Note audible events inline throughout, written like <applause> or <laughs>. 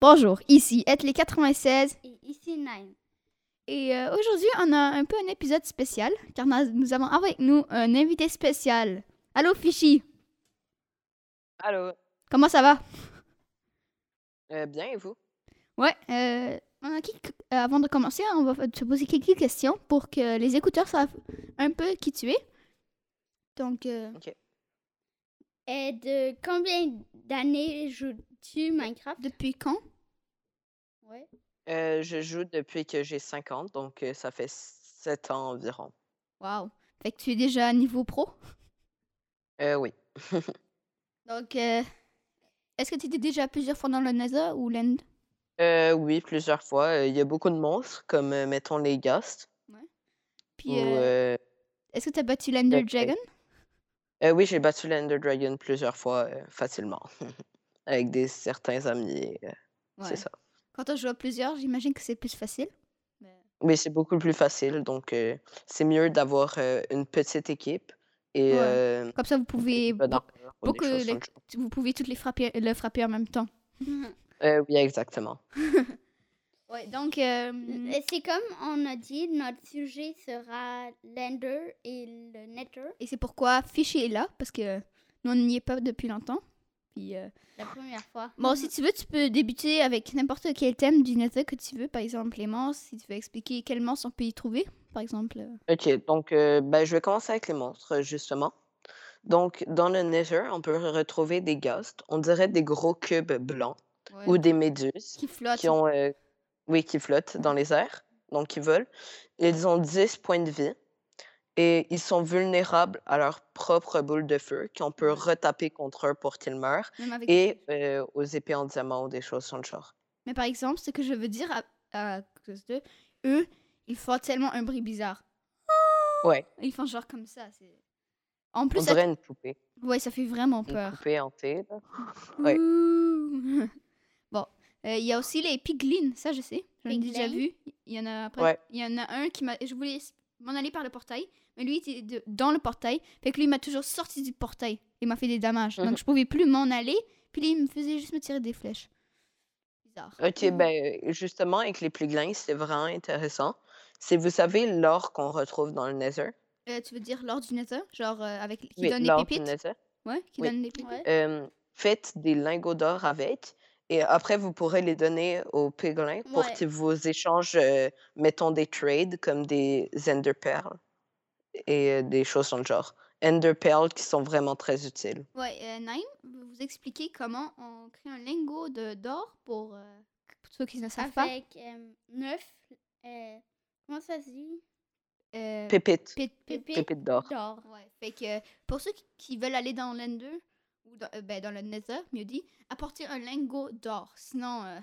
Bonjour, ici les 96 Et ici Nine. et euh, aujourd'hui on a un peu un épisode spécial car nous nous avons avec nous un invité spécial. Allô Fichy, Allô, comment ça va? euh, bien et vous? Ouais, euh, on a qui- euh, avant de commencer, on va te poser quelques questions pour que les écouteurs savent un peu qui tu es. Donc, euh, Et de combien d'années joues-tu Minecraft depuis quand? <laughs> Ouais. Euh, je joue depuis que j'ai 5 ans, donc euh, ça fait 7 ans environ. Waouh, fait que tu es déjà à niveau pro. Euh, oui. Donc, euh, est-ce que tu étais déjà plusieurs fois dans le NASA ou l'End? Euh, oui, plusieurs fois. Euh, Il y a beaucoup de monstres, comme euh, mettons les ghosts. Puis, ou, euh, euh, est-ce que tu as battu l'Ender ok. Dragon? euh, oui, j'ai battu l'Ender Dragon plusieurs fois euh, facilement. <laughs> Avec des certains amis, euh, Ouais. c'est ça. Quand on joue à plusieurs, j'imagine que c'est plus facile. Mais c'est beaucoup plus facile, donc euh, c'est mieux d'avoir euh, une petite équipe et Ouais. euh, Comme ça, vous pouvez, pas d'en faire pour des beaucoup choses les- dans le genre. vous pouvez toutes les frapper, le frapper en même temps. Euh, oui, exactement. Ouais, donc, euh, Et c'est comme on a dit, notre sujet sera l'Ender et le Nether et c'est pourquoi Fichier est là, parce que nous, on n'y est pas depuis longtemps. Puis, euh, la première fois. Bon, si tu veux, tu peux débuter avec n'importe quel thème du Nether que tu veux. Par exemple, les monstres, si tu veux expliquer quels monstres on peut y trouver, par exemple. euh. Ok, donc euh, ben, je vais commencer avec les monstres, euh, justement. Donc, dans le Nether, on peut retrouver des ghosts, on dirait des gros cubes blancs ou des méduses Qui flottent. qui ont, euh, oui, qui flottent dans les airs, donc qui volent. Ils ont 10 points de vie et ils sont vulnérables à leur propre boule de feu qu'on peut Ouais. retaper contre eux pour qu'ils meurent Même avec- et euh, aux épées en diamant ou des choses dans le genre. Mais par exemple, ce que je veux dire à, à cause d'eux, eux, ils font tellement un bruit bizarre. Ouais. Ils font genre comme ça. c'est- En plus, on ça... dirait une poupée, ouais, ça fait vraiment une peur. poupée hantée. là. ouais. Ouh. bon, Euh, il y a aussi les piglins, ça je sais. J'en ai déjà Piglins. vu. Il y en a après- Ouais. Il y en a un qui m'a. Je voulais s- m'en aller par le portail, mais lui il était de- dans le portail. Fait que lui il m'a toujours sorti du portail. Il m'a fait des damages. Mhm. Donc je pouvais plus m'en aller. Puis lui, il me faisait juste me tirer des flèches. Bizarre. Ok, ben euh, justement, avec les pluglins, c'est vraiment intéressant. C'est, vous savez, l'or qu'on retrouve dans le Nether. Euh, tu veux dire l'or du Nether Genre euh, avec. qui Oui, donne des l'or du pépites Nether. Ouais, qui Oui. donne des pépites. Ouais. Euh, faites des lingots d'or avec et après, vous pourrez les donner aux pluglins pour Ouais. qu'ils vous échangent, euh, mettons, des trades comme des Ender Pearls et euh, des choses dans le genre. Ender Pearls qui sont vraiment très utiles. Ouais, euh, Naïm, vous vous expliquez comment on crée un lingot de- d'or pour, euh, pour ceux qui ne savent pas. Avec 9, comment ça se dit Euh, Pépites. pé- pé- Pépites. Pépites d'or. D'or. Ouais, fait que pour ceux qui- qui veulent aller dans l'Ender, ou dans, euh, ben, dans le Nether, mieux dit, apportez un lingot d'or. Sinon, euh,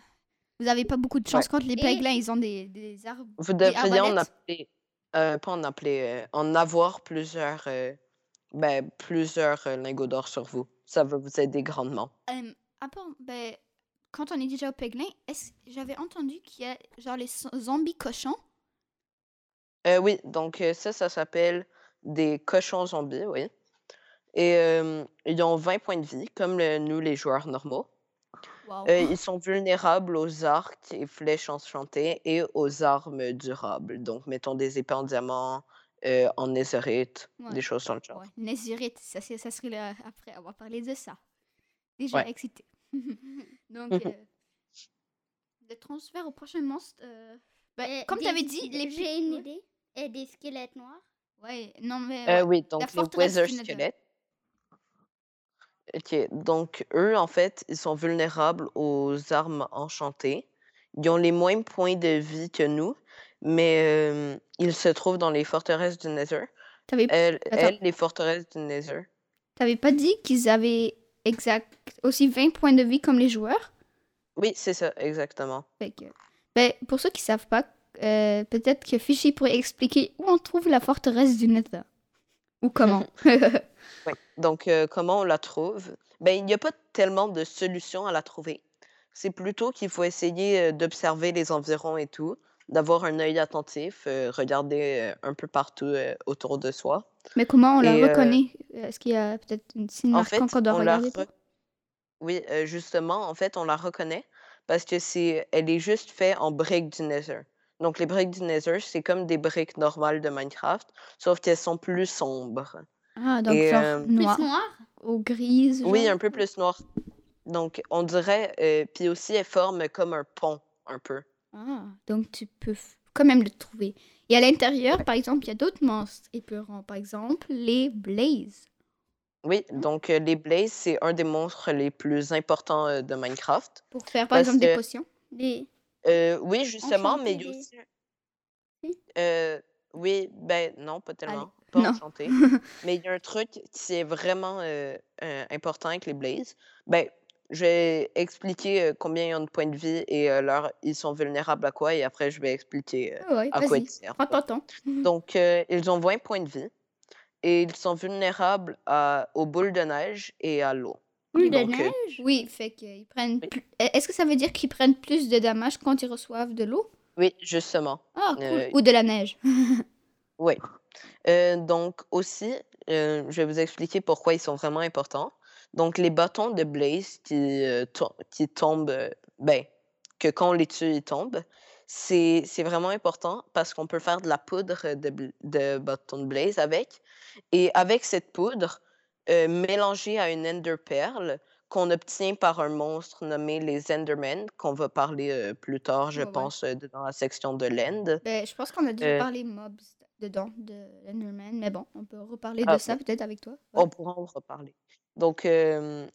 vous n'avez pas beaucoup de chance Ouais. contre les Et- péglins, ils ont des, des arbres. Vous devriez en arbalètes. appeler, euh, pas en appeler, euh, en avoir plusieurs, euh, ben, plusieurs euh, lingots d'or sur vous. Ça va vous aider grandement. Euh, à part, ben, quand on est déjà au péglin, est-ce- j'avais entendu qu'il y a genre les so- zombies cochons. Euh, oui, donc euh, ça, ça s'appelle des cochons zombies, oui. Et euh, ils ont 20 points de vie, comme le- nous, les joueurs normaux. Wow. Euh, ils sont vulnérables aux arcs et flèches enchantées et aux armes durables. Donc, mettons des épées en diamant, euh, en netherite, Ouais. des choses dans le genre. Ouais, Nézirite, ça, c'est- ça serait là, après avoir parlé de ça. Déjà Ouais. <laughs> excité. Donc, <laughs> euh, le transfert au prochain monstre. euh, ben, Et comme des- tu avais dit, les J'ai une pi- idée. Et des squelettes noirs. Ouais, non, mais. Euh, ouais. oui, donc les forteresse Wither du Nether. Squelettes. Ok, donc eux, en fait, ils sont vulnérables aux armes enchantées. Ils ont les moins de points de vie que nous, mais euh, ils se trouvent dans les forteresses du Nether. T'avais Elles, Attends. elles, les forteresses du Nether. t'avais pas dit qu'ils avaient exact aussi 20 points de vie comme les joueurs Oui, c'est ça, exactement. Fait que- ben, Pour ceux qui savent pas, euh, peut-être que Fishy pourrait expliquer où on trouve la forteresse du Nether. Ou comment. <laughs> <laughs> Ouais. Donc, euh, comment on la trouve? Ben, il n'y a pas tellement de solution à la trouver. C'est plutôt qu'il faut essayer euh, d'observer les environs et tout, d'avoir un œil attentif, euh, regarder euh, un peu partout euh, autour de soi. mais comment on la Et, euh, reconnaît Est-ce qu'il y a peut-être une signe En marquant fait, qu'on doit on la regarder pour- re- Oui, euh, justement, en fait, on la reconnaît parce que c'est, elle est juste faite en briques du Nether. Donc, les briques du Nether, c'est comme des briques normales de Minecraft, sauf qu'elles sont plus sombres. Ah, donc Et, genre euh, Plus noir noir. ou grise. Oui, genre. un peu plus noires. Donc, on dirait, euh, puis aussi, elle forme comme un pont, un peu. Ah, donc tu peux f- quand même le trouver. Et à l'intérieur, par exemple, il y a d'autres monstres épeurants. Par exemple, les Blaze. Oui, donc euh, les Blaze, c'est un des monstres les plus importants euh, de Minecraft. Pour faire, par Parce exemple, des que- potions. Des... Euh, oui, justement, mais il y a Enchanté aussi. Oui. Euh, oui, ben non, pas tellement. Pas non. <laughs> enchanté. Mais il y a un truc qui est vraiment euh, euh, important avec les Blaze. Ben, je vais expliquer euh, combien ils ont de points de vie et euh, leur... ils sont vulnérables à quoi, et après, je vais expliquer euh, Ah ouais, à quoi vas-y. ils servent. Prends ton temps. Donc, euh, ils ont 20 points de vie et ils sont vulnérables à- aux boules de neige et à l'eau. Boule de Donc, euh, neige. Oui, bah, fait qu'ils prennent Oui. plus... Est-ce que ça veut dire qu'ils prennent plus de dommages quand ils reçoivent de l'eau Oui, justement. Ah, cool. Euh, Ou de la neige. Oui. Euh, donc aussi, euh, je vais vous expliquer pourquoi ils sont vraiment importants. Donc les bâtons de Blaze qui, euh, to- qui tombent, euh, ben, que quand on les tue, ils tombent, c'est c'est vraiment important parce qu'on peut faire de la poudre de, bl- de bâtons de Blaze avec. Et avec cette poudre, euh, mélangée à une enderperle qu'on obtient par un monstre nommé les Endermen, qu'on va parler euh, plus tard, je Ouais, ouais. pense, euh, dans la section de l'End. Ben, je pense qu'on a déjà Euh, parlé mobs dedans, de l'Enderman. Mais bon, on peut reparler Ah, de ça peut-être avec toi. Ouais. On pourra en reparler. Donc, euh,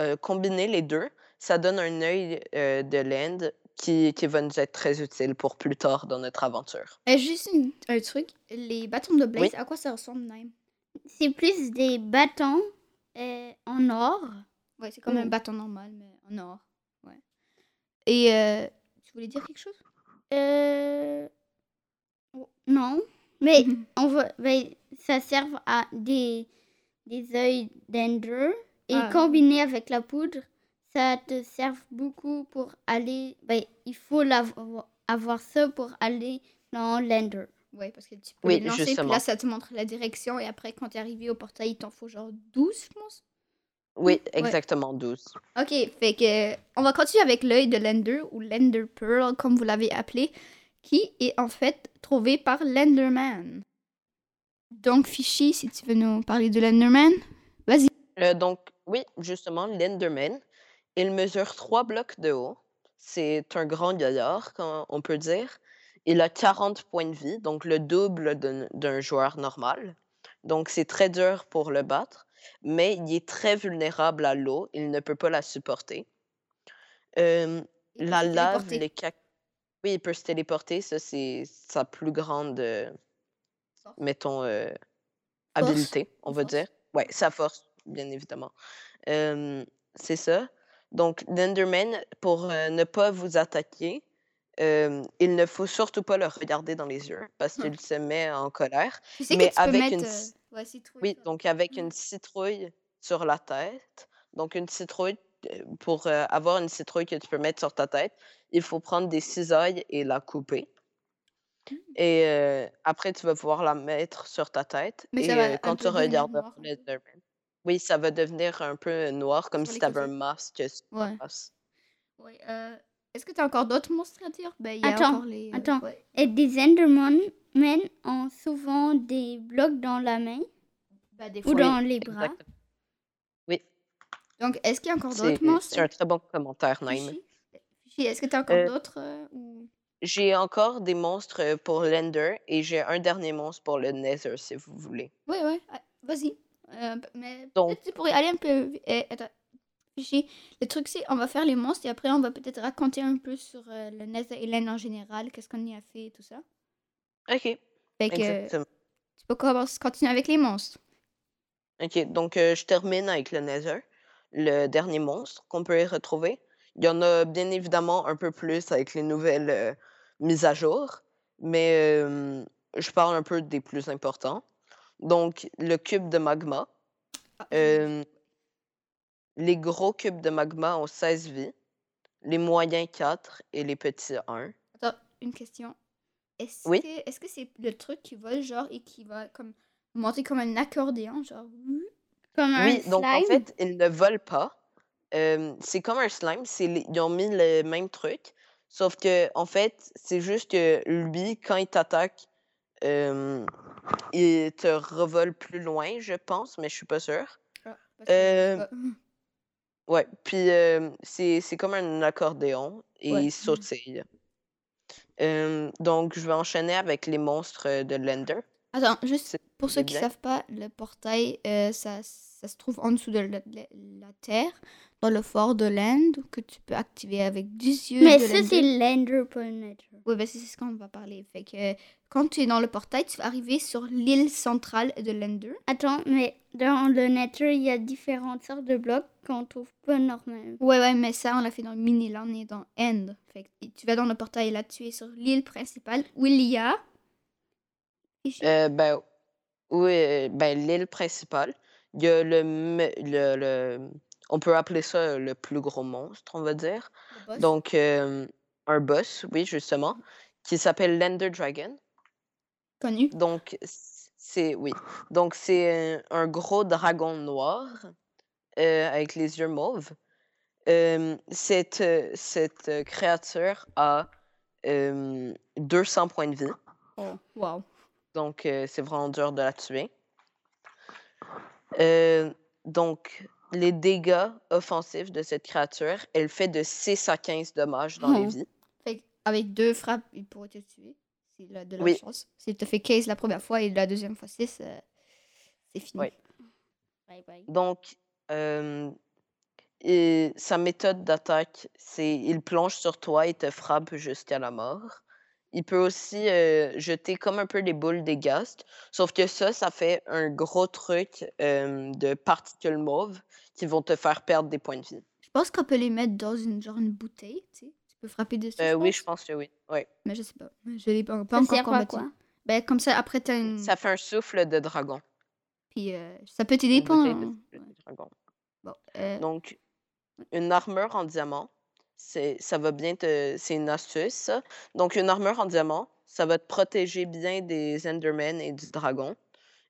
euh, combiner les deux, ça donne un œil euh, de l'Inde qui, qui va nous être très utile pour plus tard dans notre aventure. Euh, juste une- un truc. Les bâtons de Blaze, à quoi ça ressemble, même C'est plus des bâtons euh, en or. Ouais, c'est comme un Mm. bâton normal, mais en or. Ouais. Et euh, tu voulais dire quelque chose Euh... Non. Mais on va, ben, ça sert à des, des œils d'Ender. Et Ah. combiné avec la poudre, ça te sert beaucoup pour aller. Ben, il faut l'avo- avoir ça pour aller dans l'Ender. Ouais, parce que tu peux Oui, les lancer, puis justement. là, ça te montre la direction, et après, quand t'es arrivé au portail, il t'en faut genre 12, je pense. Oui, exactement, 12. Ok, fait que euh, on va continuer avec l'œil de l'Ender, ou l'Ender Pearl, comme vous l'avez appelé, qui est en fait trouvé par l'Enderman. Donc, Fishy, si tu veux nous parler de l'Enderman, Euh, donc, oui, justement, l'Enderman, il mesure 3 blocs de haut. C'est un grand gaillard, qu'on- on peut dire. Il a 40 points de vie, donc le double d'un d'un joueur normal. Donc, c'est très dur pour le battre, mais il est très vulnérable à l'eau. Il ne peut pas la supporter. Euh, il peut la se lave, téléporter. les cac... Oui, il peut se téléporter. Ça, c'est sa plus grande, euh, Force. mettons, euh, Force. habilité, on va Force. dire. Oui, sa force, bien évidemment. Euh, c'est ça. Donc, l'Enderman, pour euh, ne pas vous attaquer, euh, il ne faut surtout pas le regarder dans les yeux parce Hum. qu'il se met en colère. Tu sais Mais que tu peux avec mettre... une euh, s- ouais, citrouille Oui, sur- donc avec Mhm. une citrouille sur la tête. Donc, une citrouille, euh, pour euh, avoir une citrouille que tu peux mettre sur ta tête, il faut prendre des cisailles et la couper. Mmh. Et euh, après, tu vas pouvoir la mettre sur ta tête. Mais et ça va euh, un quand peu tu devenir regardes noir, un peu. Enderman, oui, ça va devenir un peu noir, comme Sur si les tu avais un côtés. masque sur Ouais. la face. Ouais, euh, Est-ce que t'as encore d'autres monstres à dire ben, il y a Attends, encore les, euh, attends. ouais. Et des Endermen men ont souvent des blocs dans la main Ben, des ou fois, dans les bras. Exactement. Donc, est-ce qu'il y a encore C'est d'autres monstres c'est un très bon commentaire, Naïm. Fishy? Fishy, Est-ce que t'as encore Euh, d'autres euh, ou... J'ai encore des monstres euh, pour l'Ender et j'ai un dernier monstre pour le Nether, si vous voulez. Oui, oui, ah, vas-y. Euh, p- mais Donc- peut-être tu pourrais aller un peu... vi- eh, attends, Fishy, le truc c'est, on va faire les monstres et après on va peut-être raconter un peu sur euh, le Nether et l'Inde en général, qu'est-ce qu'on y a fait et tout ça. OK. Fait que euh, Exactement. tu peux commencer- continuer avec les monstres. OK, donc euh, je termine avec le Nether, le dernier monstre qu'on peut y retrouver. Il y en a bien évidemment un peu plus avec les nouvelles euh, mises à jour, mais euh, je parle un peu des plus importants. Donc, le cube de magma. Ah, Euh, les gros cubes de magma ont 16 vies, les moyens 4 et les petits 1. Attends, une question. Est-ce Oui. que est-ce que c'est le truc qui vole genre et qui va comme Hmm. monter comme un accordéon genre oui, Comme un Oui, donc en slime. fait, ils ne volent pas. Euh, c'est comme un slime, c'est les- ils ont mis le même truc, sauf que en fait, c'est juste que lui, quand il t'attaque, euh, il te revole plus loin, je pense, mais je suis pas sûre. Ah, Parce que je sais Euh, pas. Ouais, puis euh, c'est c'est comme un accordéon et Ouais. il sautille. Euh, donc, je vais enchaîner avec les monstres euh, de Lender. Attends, juste c'est- pour ceux qui bien. savent pas, le portail, euh, ça, ça se trouve en dessous de la, la- la terre, dans le fort de l'Inde, que tu peux activer avec 10 yeux. Mais de ça, l'Inde. c'est l'Ender Pollinator. Oui, ben c'est c'est ce qu'on va parler. Fait que euh, quand tu es dans le portail, tu vas arriver sur l'île centrale de l'Ender. Attends, mais dans le Nether, il y a différentes sortes de blocs qu'on trouve pas normal. Ouais, ouais, mais ça, on l'a fait dans Miniland et dans End. Fait que tu vas dans le portail et là, tu es sur l'île principale où il y a. Ici. Euh, ben, oui, euh, ben, l'île principale. Il y a le, me- le, le- On peut appeler ça euh, le plus gros monstre, on va dire. Le boss. Donc, euh, un boss, oui, justement, qui s'appelle Lender Dragon. connu. Donc, c'est. Oui. Donc, c'est euh, un gros dragon noir euh, avec les yeux mauves. Euh, cette, euh, cette euh, créature a euh, 200 points de vie. Oh, wow. Donc, euh, c'est vraiment dur de la tuer. Euh, donc, les dégâts offensifs de cette créature, elle fait de 6 à 15 dommages dans les Oh. vies. Fait que avec deux frappes, il pourrait te tuer. S'il a de la Oui. chance. S'il te fait 15 la première fois et la deuxième fois 6, c'est fini. Ouais. Bye bye. Donc, euh, et sa méthode d'attaque, c'est il plonge sur toi et te frappe jusqu'à la mort. Il peut aussi euh, jeter comme un peu les boules des ghasts, sauf que ça, ça fait un gros truc euh, de particules mauves qui vont te faire perdre des points de vie. Je pense qu'on peut les mettre dans une, genre, une bouteille, tu sais. Tu peux frapper dessus. Euh, je oui, pense. je pense que oui. Ouais. Mais je sais pas. Je l'ai pas, pas Ça encore sert à combattu. quoi Ben, comme ça, après, t'as une. Ça fait un souffle de dragon. Puis euh, ça peut une t'aider pas. bouteille de hein. souffle de dragon. Bon, euh, Donc, une armure en diamant, c'est, ça va bien te, c'est une astuce. ça. Donc, une armure en diamant, ça va te protéger bien des Endermen et du dragon.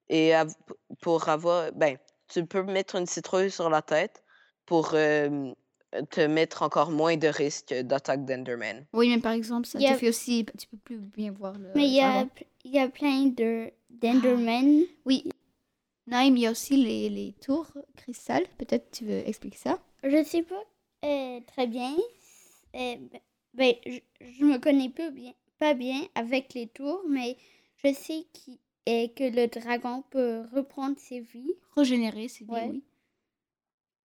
Et av- pour avoir, ben, tu peux mettre une citrouille sur la tête pour euh, te mettre encore moins de risques d'attaque d'Enderman. Oui, mais par exemple, ça Il y a- te fait aussi. Tu peux plus bien voir le. Mais il y a, dragon. il y a plein de Ah. d'Endermen. Oui. Naïm, il y a aussi les, les tours cristal. Peut-être tu veux expliquer ça. Je sais pas euh, très bien. Euh, ben- ben, je, je me connais peu bien, pas bien avec les tours, mais je sais qui est que le dragon peut reprendre ses vies Régénérer, c'est bien, Ouais. oui.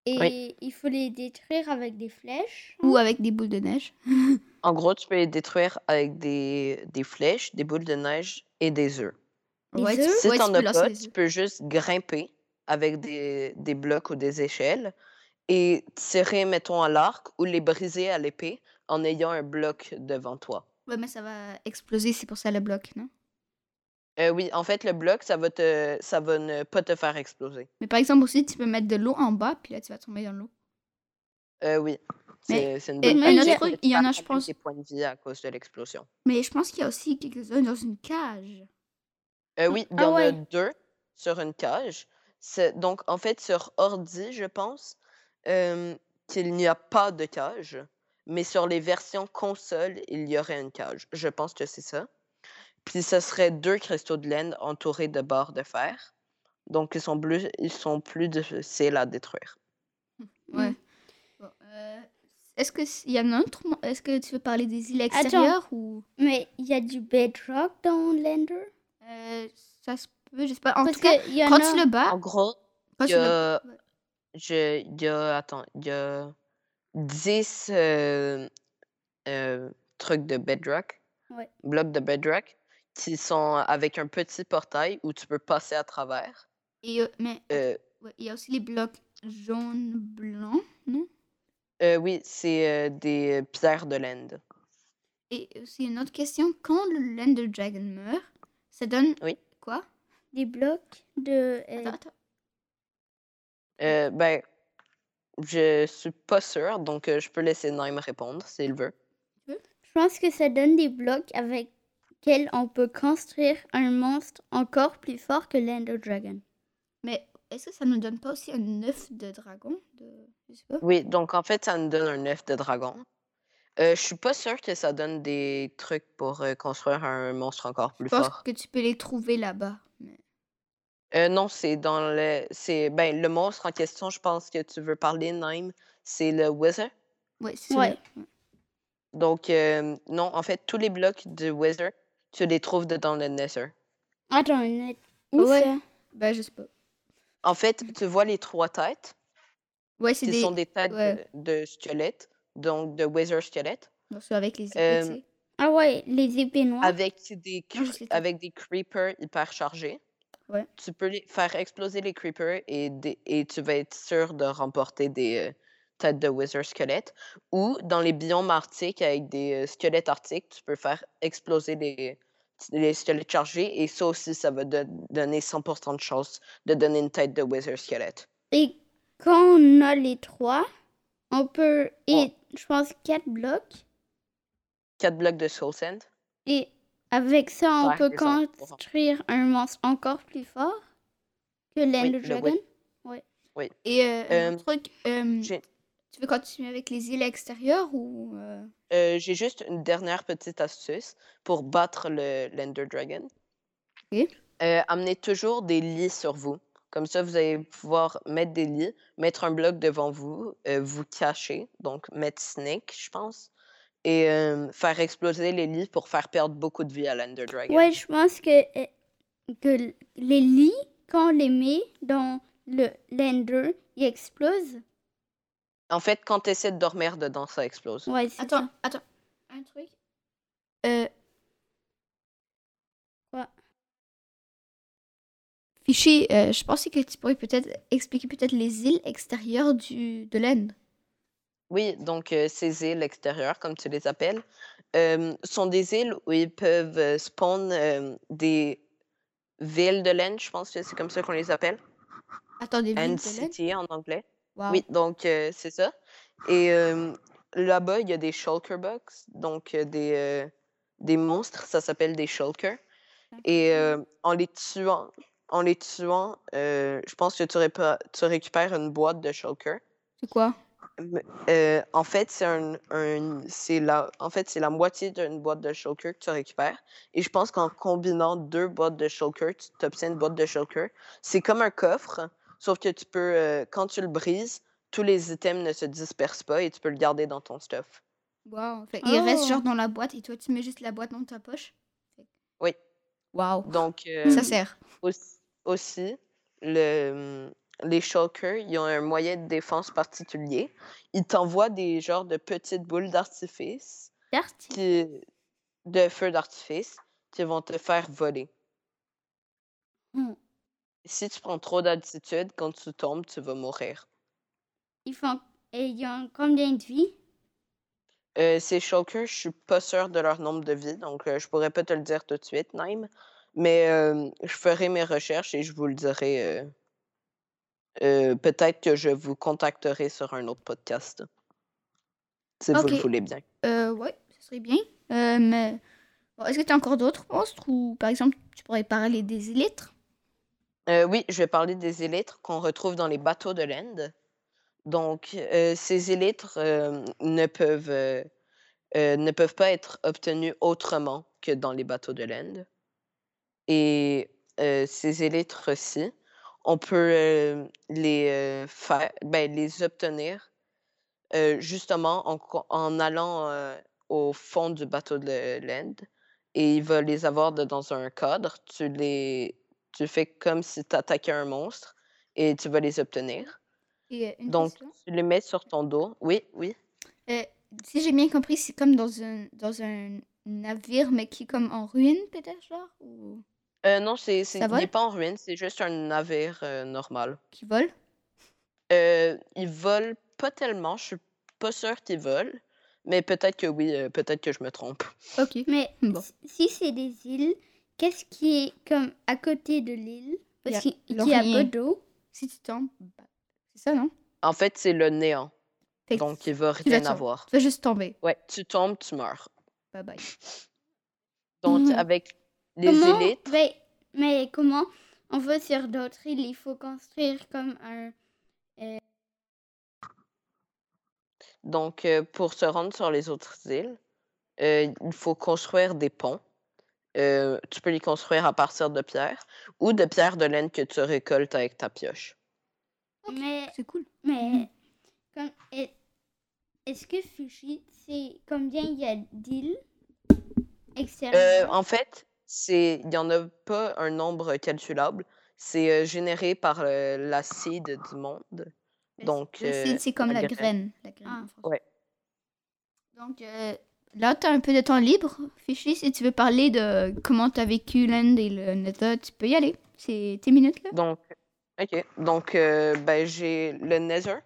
et Oui. il faut les détruire avec des flèches. Ou avec des boules de neige. En gros, tu peux les détruire avec des, des flèches, des boules de neige et des œufs. Les ouais, tu- œufs? ouais, Si tu t'en peux as lancer pas, les tu œufs. peux juste grimper avec des, des blocs ou des échelles et tirer, mettons, à l'arc ou les briser à l'épée en ayant un bloc devant toi. Ouais, mais ça va exploser, c'est pour ça le bloc, non Euh, oui, en fait, le bloc, ça va, te, ça va ne pas te faire exploser. Mais par exemple aussi, tu peux mettre de l'eau en bas, puis là, tu vas tomber dans l'eau. Euh, oui, Mais- c'est c'est une Et bonne un façon autre de truc, te il y en faire a, je gagner pense. des points de vie à cause de l'explosion. Mais je pense qu'il y a aussi quelques-uns dans une cage. Euh, oui, il y Ah en a ouais. deux sur une cage. C'est- Donc, en fait, sur ordi, je pense euh, qu'il n'y a pas de cage, mais sur les versions console, il y aurait une cage. Je pense que c'est ça. Puis, ce serait deux cristaux de laine entourés de barres de fer. Donc, ils sont plus, ils sont plus difficiles à détruire. Ouais. Mm. Bon, euh, Est-ce que s- il y en a un autre mo- Est-ce que tu veux parler des îles Attends. extérieures ou Mais il y a du bedrock dans l'Ender. Euh, ça se peut Je sais pas. En Parce tout cas, que il y en quand a- tu le bats, En gros, quand il y tu le- a, ouais. je, il y a- attends, il y a 10 euh, euh, trucs de bedrock, Ouais. blocs de bedrock, qui sont avec un petit portail où tu peux passer à travers. Et, euh, mais Euh, ouais, il y a aussi les blocs jaunes, blancs, non euh, oui, c'est euh, des pierres de l'Inde. Et aussi une autre question quand le Lander Dragon meurt, ça donne Oui. quoi des blocs de. euh, Attends, attends. Euh, ben, je suis pas sûre, donc euh, je peux laisser Naim répondre s'il veut. je pense que ça donne des blocs avec lesquels on peut construire un monstre encore plus fort que l'Ender Dragon. Mais Est-ce que ça nous donne pas aussi un œuf de dragon de... Je sais pas. Oui, donc en fait, ça nous donne un œuf de dragon. Euh, je suis pas sûre que ça donne des trucs pour euh, construire un monstre encore plus Je pense fort. que tu peux les trouver là-bas. mais- Euh, non, c'est dans le. C'est ben le monstre en question, je pense que tu veux parler, Naim, c'est le Wither. Ouais, c'est Ouais. celui-là. Donc euh, non, en fait, tous les blocs du Wither, tu les trouves dedans le Nether. Attends, une minute. Où Ouais. ça? Ben, je sais pas. En fait, tu vois les trois têtes, Ouais, Mmh. c'est qui des... sont des têtes ouais. de, de squelettes, donc de Wither squelettes, Non, c'est avec les épées, Euh, tu sais. Ah ouais, les épées noires. avec des Non, Ah, je cre- sais pas. avec des creepers hyper chargés. Ouais. Tu peux les faire exploser les creepers et, des- et tu vas être sûr de remporter des euh, têtes de wizard squelettes. Ou dans les biomes arctiques avec des euh, squelettes arctiques, tu peux faire exploser les, les squelettes chargés et ça aussi, ça va don- donner 100% de chance de donner une tête de wizard squelette. Et quand on a les trois, on peut. Et Ouais. je pense quatre blocs. Quatre blocs de soul sand. Et avec ça, on Ouais, peut c'est ça, pour ça. construire un monstre encore plus fort que l'Ender le Dragon. Wither. Et euh, un Euh, autre truc, euh, j'ai- tu veux continuer avec les îles extérieures ou... euh, Euh, j'ai juste une dernière petite astuce pour battre le l'Ender Dragon. Ok. Euh, amenez toujours des lits sur vous. Comme ça, vous allez pouvoir mettre des lits, mettre un bloc devant vous, euh, vous cacher, donc mettre sneak, je pense, et euh, faire exploser les lits pour faire perdre beaucoup de vie à l'Ender Dragon. Ouais, je pense que, euh, que l- les lits, quand on les met dans le l'Ender, ils explosent. En fait, quand tu essaies de dormir dedans, ça explose. Ouais, c'est Attends, ça. attends. Un truc. Euh... Quoi? Fichier, euh, je pensais que tu pourrais peut-être expliquer peut-être les îles extérieures du, de l'Inde. Oui, donc euh, ces îles extérieures, comme tu les appelles, euh, sont des îles où ils peuvent euh, spawn euh, des villes de laine, je pense que c'est comme ça qu'on les appelle. Attends, des villes And de l'Inde? City en anglais. Wow. Oui, donc euh, c'est ça. Et euh, là-bas, il y a des shulker box, donc euh, des, euh, des monstres, ça s'appelle des shulkers. Et euh, en les tuant, en les tuant euh, je pense que tu, répa- tu récupères une boîte de shulker. C'est quoi? Me- euh, en fait, c'est un, un- c'est la, en fait, c'est la moitié d'une boîte de shulker que tu récupères. Et je pense qu'en combinant deux boîtes de shulker, tu obtiens une boîte de shulker. C'est comme un coffre, sauf que tu peux, euh, quand tu le brises, tous les items ne se dispersent pas et tu peux le garder dans ton stuff. Wow. Fait, Il reste Oh. genre dans la boîte et toi tu mets juste la boîte dans ta poche? Oui. Wow. Donc, euh, Ça sert. aussi, aussi, le, les shulkers, ils ont un moyen de défense particulier. Ils t'envoient des genres de petites boules d'artifice Darty. qui, de feux d'artifice qui vont te faire voler. Hmm. Si tu prends trop d'altitude, quand tu tombes, tu vas mourir. Ils font. Et ils ont combien de vies Euh, ces shulkers, je suis pas sûre de leur nombre de vies, donc euh, je pourrais pas te le dire tout de suite, Naim. Mais euh, je ferai mes recherches et je vous le dirai. euh, euh, Peut-être que je vous contacterai sur un autre podcast. Si vous le Ok. voulez bien. Euh, ouais, ça serait bien. Euh, mais bon, est-ce que tu as encore d'autres monstres ou par exemple tu pourrais parler des élytres? Euh, oui, je vais parler des élytres qu'on retrouve dans les bateaux de l'Inde. Donc, euh, ces élytres euh, ne peuvent euh, euh, ne peuvent pas être obtenus autrement que dans les bateaux de l'Inde. Et euh, ces élytres-ci, on peut euh, les, euh, faire, ben, les obtenir euh, justement en, co- en allant euh, au fond du bateau de l'Inde. Et il va les avoir de- dans un cadre. Tu, les, tu fais comme si tu attaquais un monstre et tu vas les obtenir. Et euh, une Donc, question. tu les mets sur ton dos. Oui, oui. Euh, si j'ai bien compris, c'est comme dans un, dans un navire, mais qui est comme en ruine, peut-être, genre, ou Euh, non, c'est, c'est- Ça il n'est vole? pas en ruine, c'est juste un navire euh, normal. qui vole. Euh, il vole pas tellement, je suis pas sûre qu'il vole, mais peut-être que oui, euh, peut-être que je me trompe. Ok. Mais Bon. si- si c'est des îles, qu'est-ce qui est comme à côté de l'île Il y a Parce qu'il qu'il y a l'Orient. peu d'eau. Si tu tombes, bah, c'est ça, non? En fait, c'est le néant, Fait que donc tu il va vas rien tomber. avoir. vas juste tomber. Ouais, tu tombes, tu meurs. Bye bye. Donc, Mhm. Mmh avec les Comment élites, mais, mais comment on va sur d'autres îles, il faut construire comme un... Donc, euh, pour se rendre sur les autres îles, euh, il faut construire des ponts. Euh, tu peux les construire à partir de pierres ou de pierres de laine que tu récoltes avec ta pioche. Ok. Mais, C'est cool. mais comme, est- est-ce que Fuji, c'est combien il y a d'îles Euh, Mmh extérieures? en fait, c'est il n'y en a pas un nombre calculable. C'est euh, généré par euh, l'acide du monde. Donc, Le euh, seed, c'est comme la la graine. graine. La graine Ah. en français. Ouais. Donc euh, là, tu as un peu de temps libre, Fichi. Si tu veux parler de comment tu as vécu l'Inde et le Nevada, tu peux y aller. C'est tes minutes là. Donc, OK. Donc, euh, ben, j'ai le Nether.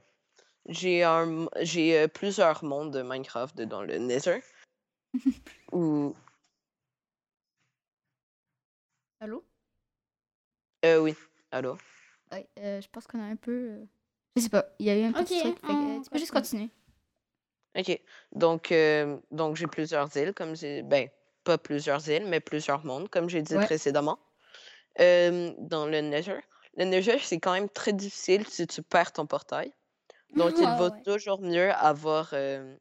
J'ai un, m- j'ai euh, plusieurs mondes de Minecraft dans le <laughs> Nether. Ou, Allô? euh, oui, allô? Ouais, euh, je pense qu'on a un peu. euh, Je sais pas, il y a eu un petit Ok, truc. fait que, euh, on tu peux juste continue. continuer. OK. Donc, euh, donc j'ai plusieurs îles, comme j'ai... Ben, pas plusieurs îles, mais plusieurs mondes, comme j'ai dit Ouais. précédemment. Euh, dans le Nether. Le Nether, c'est quand même très difficile si tu perds ton portail. <laughs> Donc, Euh, il Ah vaut ouais. toujours mieux avoir euh,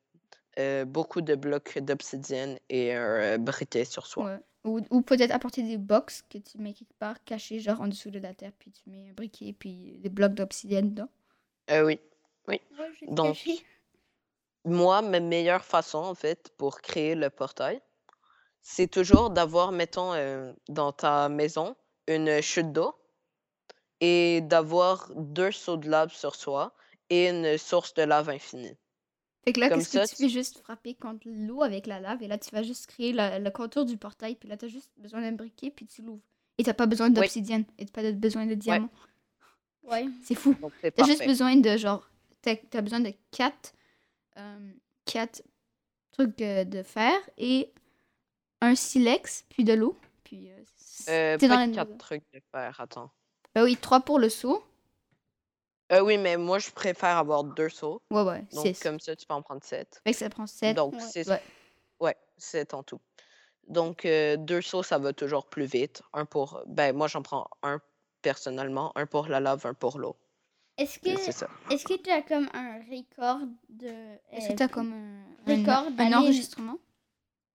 euh, beaucoup de blocs d'obsidienne et un euh, briquet sur soi. Ouais. Ou, ou peut-être apporter des box que tu mets quelque part cachées, genre en dessous de la terre, puis tu mets un briquet, puis des blocs d'obsidienne dedans. Euh, oui. Moi, je Donc, cachais. moi, ma meilleure façon, en fait, pour créer le portail, c'est toujours d'avoir, mettons, euh, dans ta maison, une chute d'eau et d'avoir deux seaux de lave sur soi et une source de lave infinie. Fait que là, Comme qu'est-ce ça, que tu tu- fais juste frapper contre l'eau avec la lave, et là, tu vas juste créer la- le contour du portail, puis là, t'as juste besoin d'un briquet, puis tu l'ouvres. Et t'as pas besoin d'obsidienne, et t'as pas de- besoin de diamant. Ouais. C'est fou. Donc, c'est T'as parfait. juste besoin de genre. T'as t'as besoin de 4 quatre trucs euh, de fer et un silex, puis de l'eau. Puis. euh, c- Euh, t'es dans pas la- quatre trucs de faire, attends. Bah oui, 3 pour le seau. Euh, oui, mais moi, je préfère avoir deux seaux. Ouais, ouais, Donc, 6. comme ça, tu peux en prendre sept. Fait que ça prend 7. Donc, ouais. c'est... Ouais. Ouais, sept en tout. Donc, euh, deux seaux, ça va toujours plus vite. Un pour... Ben, moi, j'en prends un personnellement. Un pour la lave, un pour l'eau. Est-ce Et que C'est ça. Est-ce que tu as comme un record de. Est-ce euh, que t'as comme un, un, record un d'aller- enregistrement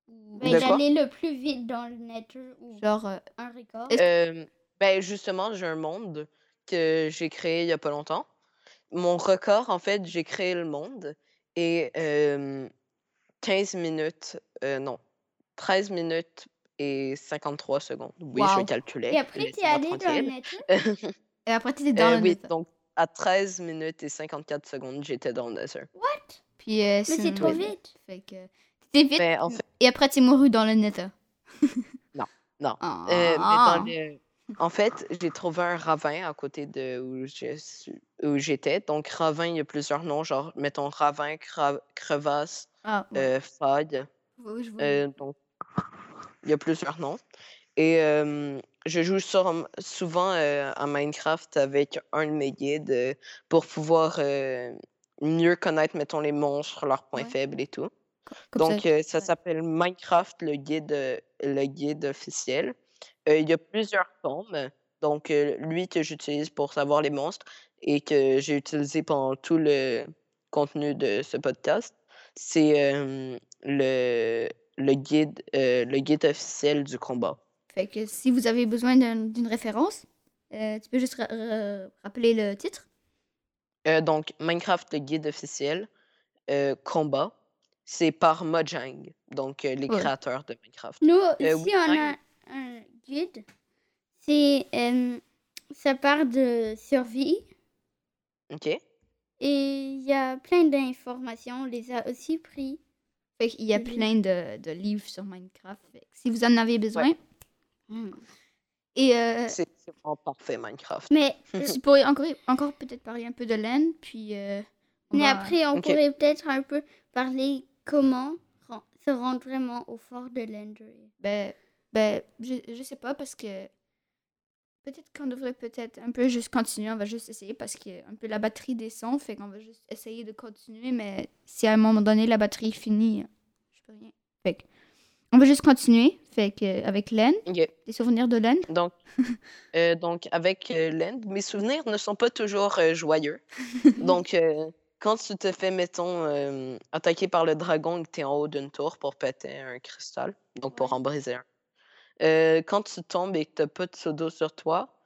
Ou- ben, De quoi? d'aller le plus vite dans le nether ou Genre, euh, un record Est-ce- Euh, ben justement, j'ai un monde que j'ai créé il y a pas longtemps. Mon record, en fait, j'ai créé le monde et euh, 15 minutes, euh, non, 13 minutes et 53 secondes. Oui, je Wow. calculais. Et après, tu es laissez-moi allé dans le tranquille. nether et après t'étais dans Euh, le oui, Nether. donc à 13 minutes et 54 secondes, j'étais dans le Nether. Puis, euh, Mais c'est trop vite. Fait que t'étais vite, Mais Ben, en fait, et après t'es mouru dans le Nether. <laughs> Non, non. Ah. euh, mais dans le- en fait, j'ai trouvé un ravin à côté de où je suis- où j'étais. Donc, ravin, il y a plusieurs noms, genre, mettons, ravin, cra- crevasse, Ah, ouais. euh, faille. Ouais, je vois. euh, donc, il y a plusieurs noms. Et euh, je joue sur- souvent euh, à Minecraft avec un de mes guides euh, pour pouvoir euh, mieux connaître, mettons, les monstres, leurs points Ouais. faibles et tout. Co- comme Donc, ça. euh, ça ouais. s'appelle Minecraft, le guide, euh, le guide officiel. Euh, il y a plusieurs tomes. Donc, euh, lui que j'utilise pour savoir les monstres et que j'ai utilisé pendant tout le contenu de ce podcast, c'est euh, le, le, guide, euh, le guide officiel du combat. Fait que si vous avez besoin d'un- d'une référence, euh, tu peux juste ra- ra- rappeler le titre. Euh, donc, Minecraft, le guide officiel, euh, combat, c'est par Mojang, donc euh, les Ouais. créateurs de Minecraft. Nous, Euh, ici, oui, on a hein. un guide. C'est. euh, ça part de survie. OK? Et il y a plein d'informations. On les a aussi pris. Fait qu'il y a Mhm. plein de, de livres sur Minecraft. Fait que si vous en avez besoin. Mm. Et <laughs> euh, C'est c'est vraiment parfait, Minecraft. Mais, tu pourrais encore, encore peut-être parler un peu de l'Inde, puis. euh, on mais va- après, on Ok. pourrait peut-être un peu parler comment ren- se rendre vraiment au fort de l'Ender. Ben, ben je, je sais pas parce que peut-être qu'on devrait peut-être un peu juste continuer, on va juste essayer parce que un peu la batterie descend, fait qu'on va juste essayer de continuer, mais si à un moment donné la batterie finit, je peux rien. Fait que, On va juste continuer fait que, avec Len. Ok. Des souvenirs de Len. <laughs> Donc, euh, donc avec euh, Len, mes souvenirs ne sont pas toujours <laughs> euh, joyeux. donc, euh, quand tu te fais, mettons, euh, attaquer par le dragon et que tu es en haut d'une tour pour péter un cristal, donc pour en briser un, euh, quand tu tombes et que tu n'as pas de pseudo sur toi,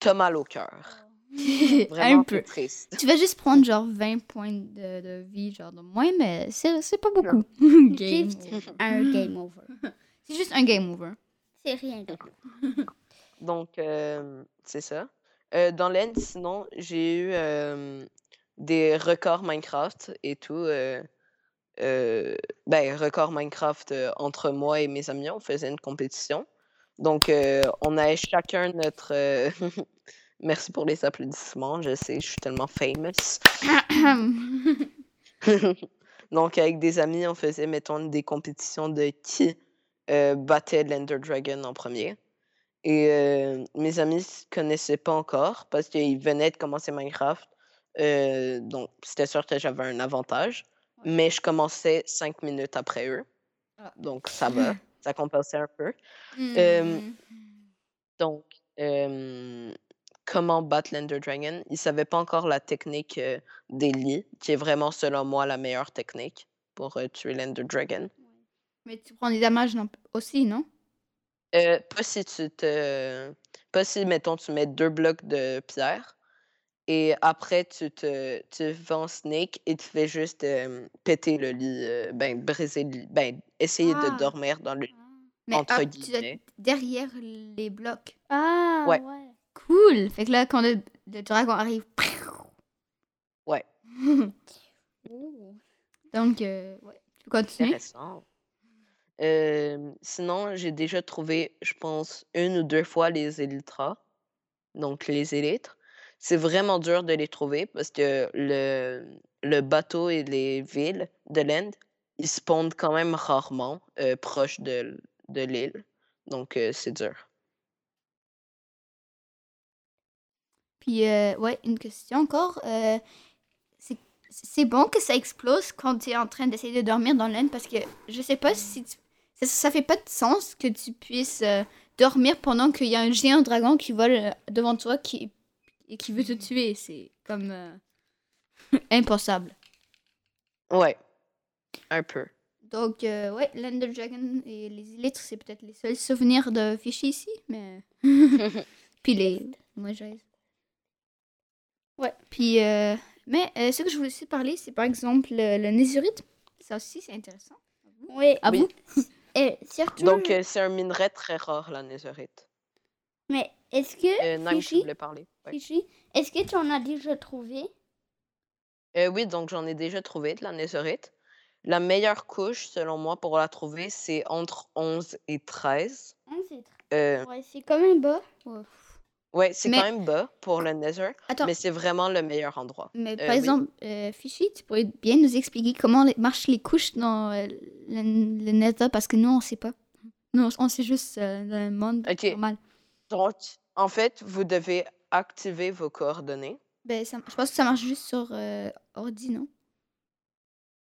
t'as mal au cœur. Vraiment, un peu. t'es triste. Tu vas juste prendre genre 20 points de, de vie genre de moins, mais c'est c'est pas beaucoup. <laughs> Game Juste over. un <laughs> game over. C'est juste un game over. <coughs> C'est rien d'autre. Donc, euh, c'est ça. Euh, dans l'Inde, sinon, j'ai eu euh, des records Minecraft et tout. euh, euh, ben, records Minecraft euh, entre moi et mes amis, on faisait une compétition. Donc, euh, on avait chacun notre. euh, <laughs> Merci pour les applaudissements, je sais, je suis tellement famous. <laughs> Donc, avec des amis, on faisait, mettons, des compétitions de qui euh, battait l'Ender Dragon en premier. Et euh, mes amis ne connaissaient pas encore parce qu'ils venaient de commencer Minecraft. Euh, donc, c'était sûr que j'avais un avantage. Mais je commençais cinq minutes après eux. Ah. Donc, ça va. ça compensait un peu. Hmm. Donc, euh, comment battre l'Ender Dragon? Il ne savait pas encore la technique euh, des lits, qui est vraiment, selon moi, la meilleure technique pour euh, tuer l'Ender Dragon. Mais tu prends des dommages non- aussi, non? Euh, pas si tu te. Pas si, mettons, tu mets deux blocs de pierre et après tu te tu vas en snake et tu fais juste euh, péter le lit, euh, ben briser le lit, ben essayer Ah. de dormir dans le lit. Mais Entre hop, tu dois guillemets. être derrière les blocs. Ah, Ouais. Cool! Fait que là, quand le, le dragon arrive. Ouais. Donc, euh, ouais. tu peux continuer? Intéressant. Euh, sinon, j'ai déjà trouvé, je pense, une ou deux fois les élytras. Donc, les élytres. C'est vraiment dur de les trouver parce que le, le bateau et les villes de l'Inde, ils spawnent quand même rarement euh, proche de, l- de l'île. Donc, euh, c'est dur. Puis, euh, ouais, une question encore. euh, c'est- c'est bon que ça explose quand tu es en train d'essayer de dormir dans l'aine parce que je sais pas si tu- ça, ça fait pas de sens que tu puisses euh, dormir pendant qu'il y a un géant dragon qui vole euh, devant toi qui, et qui veut te tuer. C'est comme euh, <laughs> impensable. Ouais, un peu. Donc, euh, ouais, l'Ender Dragon et les élytres, c'est peut-être les seuls souvenirs de Fishy ici, <laughs> mais. Puis les. Moi, je reste. Ouais. Puis. euh, Mais euh, ce que je voulais aussi parler, c'est par exemple euh, le, le Nésurite. Ça aussi, c'est intéressant. Oui. Ah Oui. bon <laughs> Euh, surtout, Donc, euh, c'est un minerai très rare, la nésorite. mais est-ce que, Euh, Nang, tu Fifi? voulais parler. Ouais. Fifi, est-ce que tu en as déjà trouvé? Euh, oui, donc j'en ai déjà trouvé de la nésorite. La meilleure couche, selon moi, pour la trouver, c'est entre 11 et 13. Hein, c'est tr- Euh, ouais, c'est quand même bas. ouais, c'est quand Mais- même bas pour le nether, Attends, mais, mais c'est vraiment le meilleur endroit. par euh, oui. exemple, euh, Fishy, tu pourrais bien nous expliquer comment les- marchent les couches dans euh, le, le Nether parce que nous, on sait pas. Nous, on- on sait juste euh, dans le monde Ok. normal. Donc, en fait, vous devez activer vos coordonnées. Ben, ça- je pense que ça marche juste sur euh, ordi, non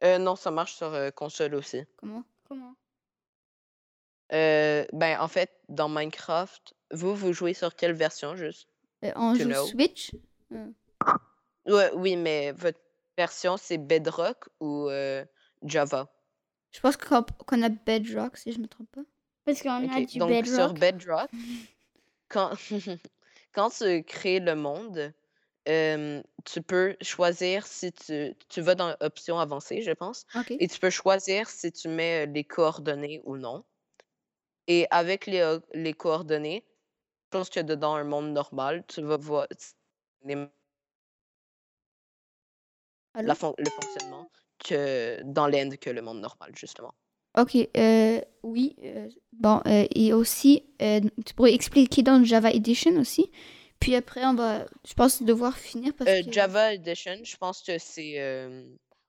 Euh, non, ça marche sur euh, console aussi. Comment Comment? Euh, ben, en fait, dans Minecraft, vous, vous jouez sur quelle version juste? Euh, On Tu joue l'as où Switch Ouais, oui, mais votre version, c'est Bedrock ou euh, Java? Je pense qu'on qu'on a Bedrock, si je me trompe pas. Parce qu'on a Ok, du Donc sur bedrock. <laughs> Bedrock, quand, <laughs> quand tu crées le monde, euh, tu peux choisir si tu, tu vas dans Options avancées, je pense, Ok. et tu peux choisir si tu mets euh, les coordonnées ou non. Et avec les, euh, les coordonnées, je pense que dedans un monde normal, tu vas voir s- les- Allô la fon- le fonctionnement que dans l'Inde que le monde normal, justement. Ok, euh, oui. euh, bon, euh, et aussi, euh, tu pourrais expliquer dans le Java Edition aussi. Puis après, on va, je pense, devoir finir parce Euh, que... Java Edition, je pense que c'est euh,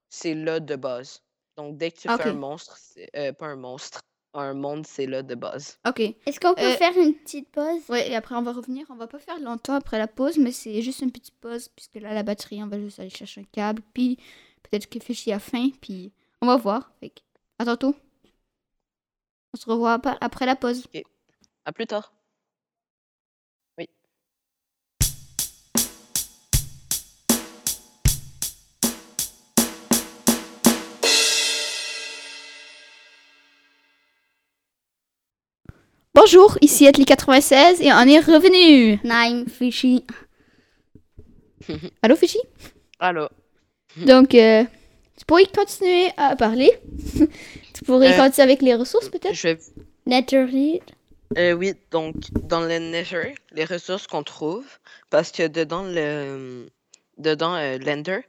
c'est là de base. Donc, dès que tu Ah, fais un ok. monstre, c'est- euh, pas un monstre, un monde, c'est là de base. Ok. Est-ce qu'on peut Euh, faire une petite pause? Ouais, et après, on va revenir. On va pas faire longtemps après la pause, mais c'est juste une petite pause puisque là, la batterie, on va juste aller chercher un câble. Puis peut-être que Fishy a faim. Puis on va voir. Fait que, à tantôt. On se revoit ap- après la pause. À plus tard. Bonjour, ici Atli 96 et on est revenu. Naim, Fishy. Allô Fichi Allô. <laughs> Donc, euh, tu pourrais continuer à parler. <laughs> tu pourrais Euh, continuer avec les ressources peut-être Je vais Naturally. Euh, oui, donc dans le Nether, les ressources qu'on trouve, parce que dedans le dedans euh, l'Ender,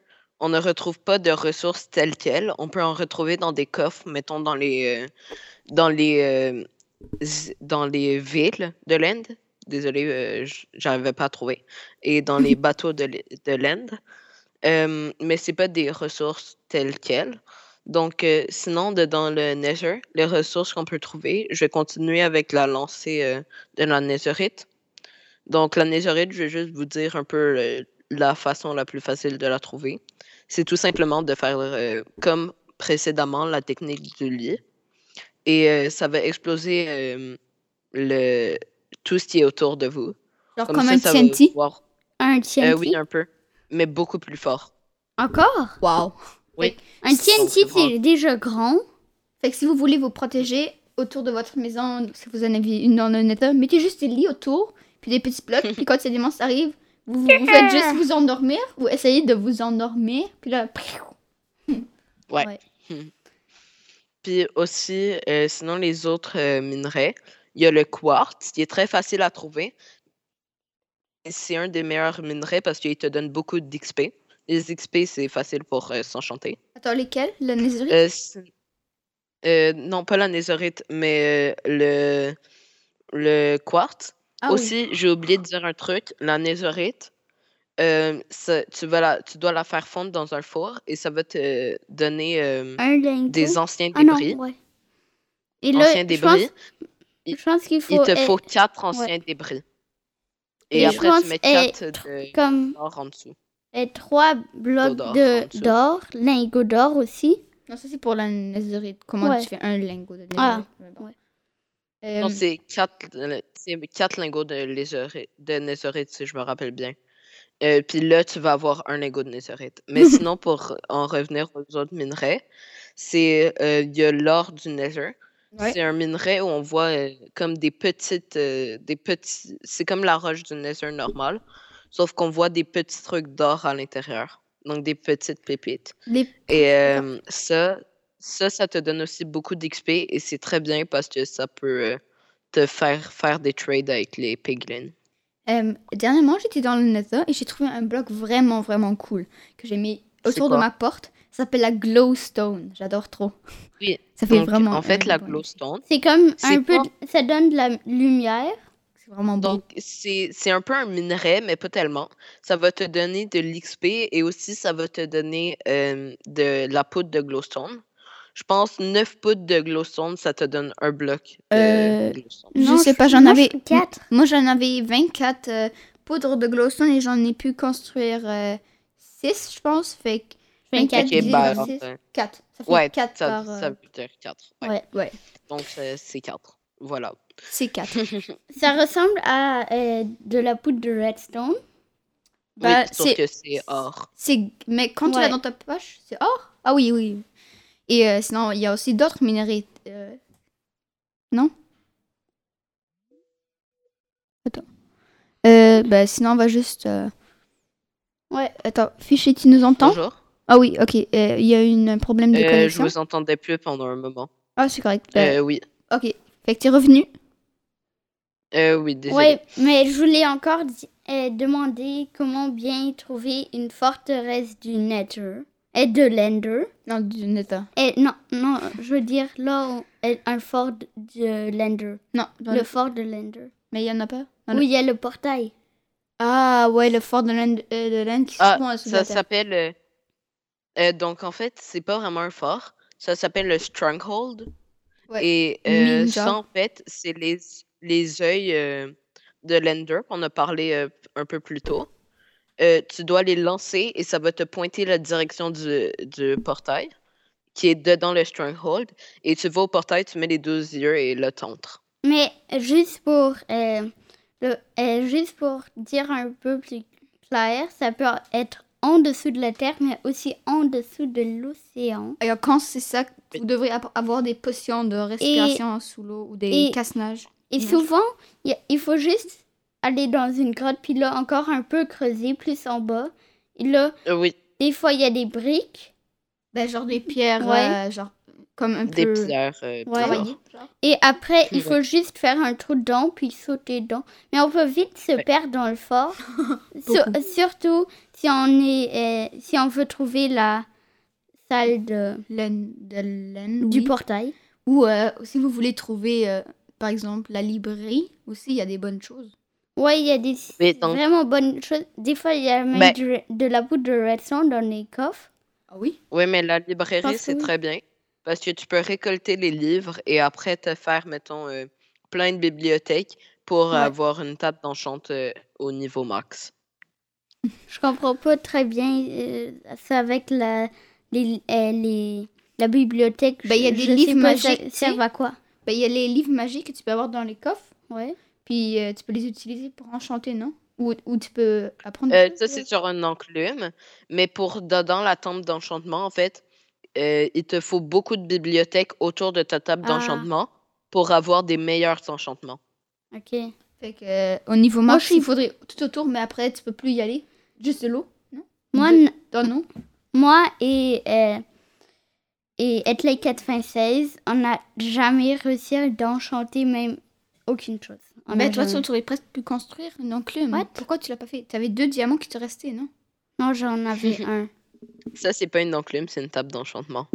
on ne retrouve pas de ressources telles quelles. On peut en retrouver dans des coffres, mettons dans les euh, dans les euh, z- dans les villes de l'Inde. Désolé, euh, j- j'arrivais pas à trouver. Et dans les bateaux de l- de l'Inde. Euh, mais c'est pas des ressources telles quelles. Donc, euh, sinon, dedans le Nether, les ressources qu'on peut trouver, je vais continuer avec la lancée euh, de la Netherite. Donc, la Netherite, je vais juste vous dire un peu euh, la façon la plus facile de la trouver. C'est tout simplement de faire, euh, comme précédemment, la technique du lit. Et euh, ça va exploser euh, le, tout ce qui est autour de vous. Genre comme, ça, un ça va TNT pouvoir- Un Euh, TNT. oui, un peu. Mais beaucoup plus fort. Encore? Wow. Un Donc, TNT, vraiment- c'est déjà grand. Fait que si vous voulez vous protéger autour de votre maison, donc si vous en avez une dans le nether, mettez juste des lits autour, puis des petits <laughs> blocs, puis quand ces démons arrivent, vous, vous- vous faites juste vous endormir, vous essayez de vous endormir, puis là, Ouais. Ouais. Puis aussi, euh, sinon les autres euh, minerais, il y a le quartz qui est très facile à trouver. Et C'est un des meilleurs minerais parce qu'il te donne beaucoup d'XP. Les XP, c'est facile pour euh, s'enchanter. attends, lesquels Le netherite Euh, si- euh, non, pas la nésorite, mais euh, le, le quartz. Ah oui. Aussi, j'ai oublié de dire un truc. La nésorite, euh, ça- tu, vas la- tu dois la faire fondre dans un four et ça va te donner euh, Un lingot. des anciens Ah non, débris. ouais. Et anciens là, je pense, débris. je pense qu'il faut... Il te euh, faut quatre ouais. anciens débris. Et, Et je après, pense, tu mets eh, quatre de Comme d'or en dessous. euh, trois blocs d'or, en de dessous. d'or, lingot d'or aussi. Non, ça c'est pour la netherite. Comment Ouais. tu fais un lingot de netherite Ah, mais bon. ouais. Euh, Non, c'est quatre, euh, c'est quatre lingots de, lésorite- de nésorite, si je me rappelle bien. Euh, Puis là, tu vas avoir un lingot <laughs> de nésorite. Mais sinon, pour en revenir aux autres minerais, c'est euh, il y a l'or du nether. ouais. C'est un minerai où on voit euh, comme des petites, euh, des petits. C'est comme la roche du nether normale, sauf qu'on voit des petits trucs d'or à l'intérieur, donc des petites pépites. Les- Et euh, ça, ça, ça te donne aussi beaucoup d'XP et c'est très bien parce que ça peut euh, te faire faire des trades avec les piglins. Euh, dernièrement, j'étais dans le Nether et j'ai trouvé un bloc vraiment, vraiment cool que j'ai mis C'est autour de quoi ma porte. Ça s'appelle la glowstone. J'adore trop. Oui, <laughs> Ça fait Donc, vraiment. en fait, un la bon- glowstone, C'est comme C'est un peu... pas- Ça donne de la lumière. C'est vraiment beau. donc c'est c'est un peu un minerai, mais pas tellement. Ça va te donner de l'XP et aussi ça va te donner euh, de la poudre de glowstone. Je pense 9 poudres de glowstone, ça te donne un bloc de Euh, glowstone. Je Non, sais pas, j'en moi, avais- je- Quatre. Moi, j'en avais 24 euh, poudres de glowstone et j'en ai pu construire 6, je pense. Fait que 24 24 Ok, divisé bah, par alors, six. euh, 4. Ça fait ouais, 4 ça, par. ça euh, veut dire 4. Ouais. Ouais, Donc euh, c'est 4. Voilà. c'est 4. Ça ressemble à euh, de la poudre de redstone. Bah, oui, sauf c'est- que c'est or. C'est... Mais quand tu Ouais. l'as dans ta poche, c'est or Ah oui, oui. Et euh, sinon, il y a aussi d'autres minerais. euh, Non Attends. Euh, bah, sinon, on va juste... euh, Ouais. Attends, Fiché, tu nous entends Bonjour. Ah oui, ok. euh, Il y a eu un problème de Euh, je connexion. vous entendais plus pendant un moment. Ah, c'est correct. bah, Euh, oui. Ok. Fait que t'es revenu. Euh, oui, désolé. Ouais, mais je voulais encore di- euh, demander comment bien trouver une forteresse du Nether et de l'Ender. Non, du Nether. Et non, non, je veux dire là où- et un fort de- de l'Ender, Non, dans le le... fort de l'Ender. mais il y en a pas. Dans le- Où il y a le portail. Ah ouais, le fort de l'Inde euh, de l'Inde qui se Ah, trouve en dessous de ça la terre. s'appelle. euh, euh, donc, en fait, c'est pas vraiment un fort. Ça s'appelle le Stronghold. Ouais. Et euh, Ninja. ça, en fait, c'est les, les yeux euh, de l'Ender qu'on a parlé euh, un peu plus tôt. Euh, tu dois les lancer et ça va te pointer la direction du, du portail. qui est dedans le stronghold. Et tu vas au portail, tu mets les deux yeux et le tontre. Mais juste pour, euh, le- euh, juste pour dire un peu plus clair, ça peut être en dessous de la Terre, mais aussi en dessous de l'océan. Et quand c'est ça, vous devrez ap- avoir des potions de respiration sous l'eau ou des et- casse-nages. Et Mhm. Ouais. souvent, y a- il faut juste aller dans une grotte, puis là, encore un peu creuser, plus en bas. Et là, Euh, oui, des fois, il y a des briques. Ben, genre des pierres, Ouais. euh, genre comme un des peu pierres. euh, Ouais. d'or. travaillées, genre. Et après, il Ouais. faut juste faire un trou dedans, puis sauter dedans. Mais on peut vite se Ouais. perdre dans le <laughs> fort. Sur- surtout si on, est, euh, si on veut trouver la salle de, Laine, de laine, du oui. portail. Ou euh, si vous voulez trouver, euh, par exemple, la librairie, aussi, il y a des bonnes choses. Ouais, il y a des Mais donc- vraiment bonnes choses. Des fois, il y a même Ben- du- de la poudre de redstone dans les coffres. Ah oui? Oui, mais la Parce librairie, que c'est oui. très bien. Parce que tu peux récolter les livres et après te faire, mettons, euh, plein de bibliothèques pour Ouais. avoir une table d'enchante euh, au niveau max. Je comprends pas très bien euh, ça avec la, les, euh, les- la bibliothèque. Ben, il y a Je- des je sais livres pas, ça- magiques, tu Ça sais. va quoi Ben, il y a les livres magiques que tu peux avoir dans les coffres, Ouais. puis euh, tu peux les utiliser pour enchanter, non? Ou, ou tu peux apprendre. des Euh, choses, ça, euh. c'est sur un enclume. Mais pour dedans la tente d'enchantement, en fait, euh, il te faut beaucoup de bibliothèques autour de ta table Ah. d'enchantement pour avoir des meilleurs enchantements. Ok. Fait que, euh, au niveau Moi, marche, je suis- il faudrait tout autour, mais après, tu peux plus y aller. Juste de l'eau, non? Moi, De- n- dans l'eau. moi et, euh, et Etley 96, on n'a jamais réussi d'enchanter même aucune chose. On Ah, Mais a de toute façon, jamais- Bah, tu aurais presque pu construire une enclume. What? Pourquoi tu l'as pas fait? Tu avais deux diamants qui te restaient, non? Non, j'en avais <laughs> un. Ça, c'est pas une enclume, c'est une table d'enchantement.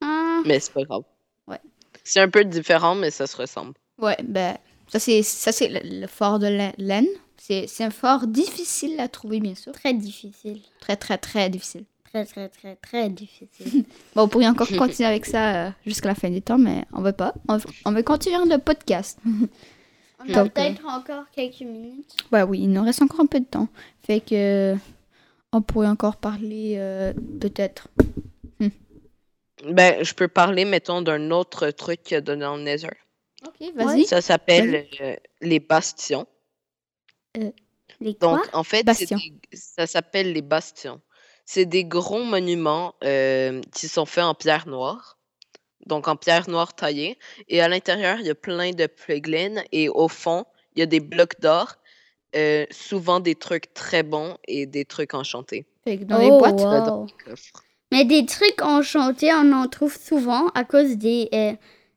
Ah, Mais c'est pas grave. Ouais. C'est un peu différent, mais ça se ressemble. Ouais, ben, ça c'est ça c'est le, le fort de la- laine. C'est c'est un fort difficile à trouver, bien sûr. très difficile. Très, très, très difficile. Très, très, très, très difficile. Bon, on pourrait <laughs> encore continuer avec ça euh, jusqu'à la fin des temps, mais on veut pas. On, veut- on veut continuer le podcast. <laughs> on a Donc, peut-être encore quelques minutes. Ouais, Bah oui, il nous reste encore un peu de temps. Fait que euh, on pourrait encore parler euh, peut-être. Ben, je peux parler, mettons, d'un autre truc qu'il y a dans le Nether. Ok, vas-y. vas-y. Ça s'appelle euh, les bastions. Les quoi Donc, en fait, c'est Bastions. des- ça s'appelle les bastions. C'est des gros monuments euh, qui sont faits en pierre noire. Donc, en pierre noire taillée. Et à l'intérieur, il y a plein de pluglins. Et au fond, il y a des blocs d'or. euh, souvent des trucs très bons et des trucs enchantés. Fait que dans les Oh, boîtes, Tu vas dans wow. les coffres. Mais des trucs enchantés, on en trouve souvent à cause des, euh,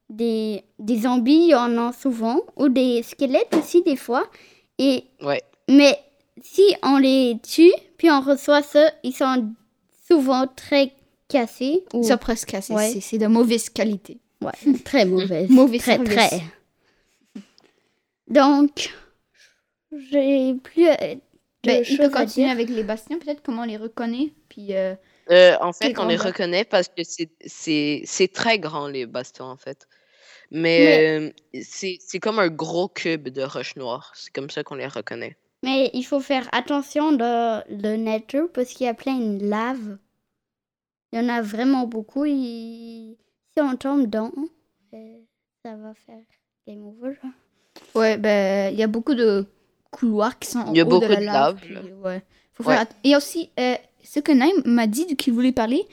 des, des zombies, on en a souvent, ou des squelettes aussi des fois. Et, Ouais. mais si on les tue, puis on reçoit ça, ils sont souvent très cassés ou ils sont presque cassés. Ouais. C'est- C'est de mauvaise qualité. <laughs> ouais, très mauvais. Mauvais très, service. très. Donc, j'ai plus euh, de Ben, il peut choses à continuer dire. avec les bastions, peut-être comment on les reconnaît. Puis euh, Euh, en Des fait, on grands les blocs. reconnaît parce que c'est- c'est c'est très grand, les bastons, en fait. Mais euh, c'est c'est comme un gros cube de roche noire. C'est comme ça qu'on les reconnaît. Mais il faut faire attention dans le Nether parce qu'il y a plein de lave. Il y en a vraiment beaucoup. et Si on tombe dedans, euh, ça va faire game over. Ouais, ben, il y a beaucoup de couloirs qui sont en Il y a haut de beaucoup la de lave. lave, puis, là. ouais. Faut Ouais. faire att- Et aussi, euh, ce que Naim m'a dit qu'il voulait parler,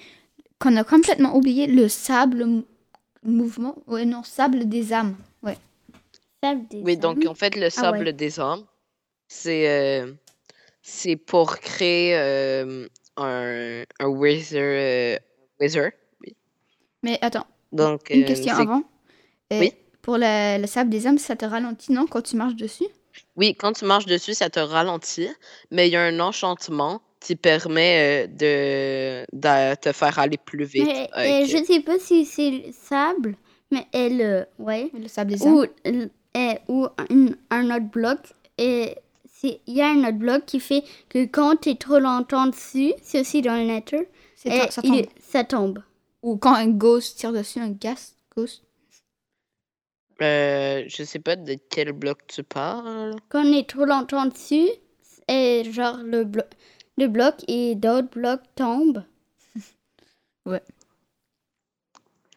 qu'on a complètement oublié le sable mou- mouvement, ouais, non, sable des âmes. Sable des Oui, donc âmes. en fait, le sable Mhm. ouais. des hommes, c'est euh, c'est pour créer euh, un, un wizard. euh, wizard. Mais attends, Donc, une euh, question c'est- avant. Euh, Oui. Pour la- le sable des âmes, ça te ralentit, non, quand tu marches dessus Oui, quand tu marches dessus, ça te ralentit, mais il y a un enchantement qui permet euh, de, de te faire aller plus vite. Mais, euh, avec- je sais pas si c'est le sable, mais elle, euh, ouais. Le sable des âmes. Ou, l- euh, ou un, un autre bloc. Et c'est- il y a un autre bloc qui fait que quand tu es trop longtemps dessus, c'est aussi dans le Nether, C'est euh, to- ça il- tombe. ça tombe. Ou quand un ghost tire dessus, un gas ghost. Euh, je sais pas de quel bloc tu parles. quand on est trop longtemps dessus, et genre le, blo- le bloc et d'autres blocs tombent.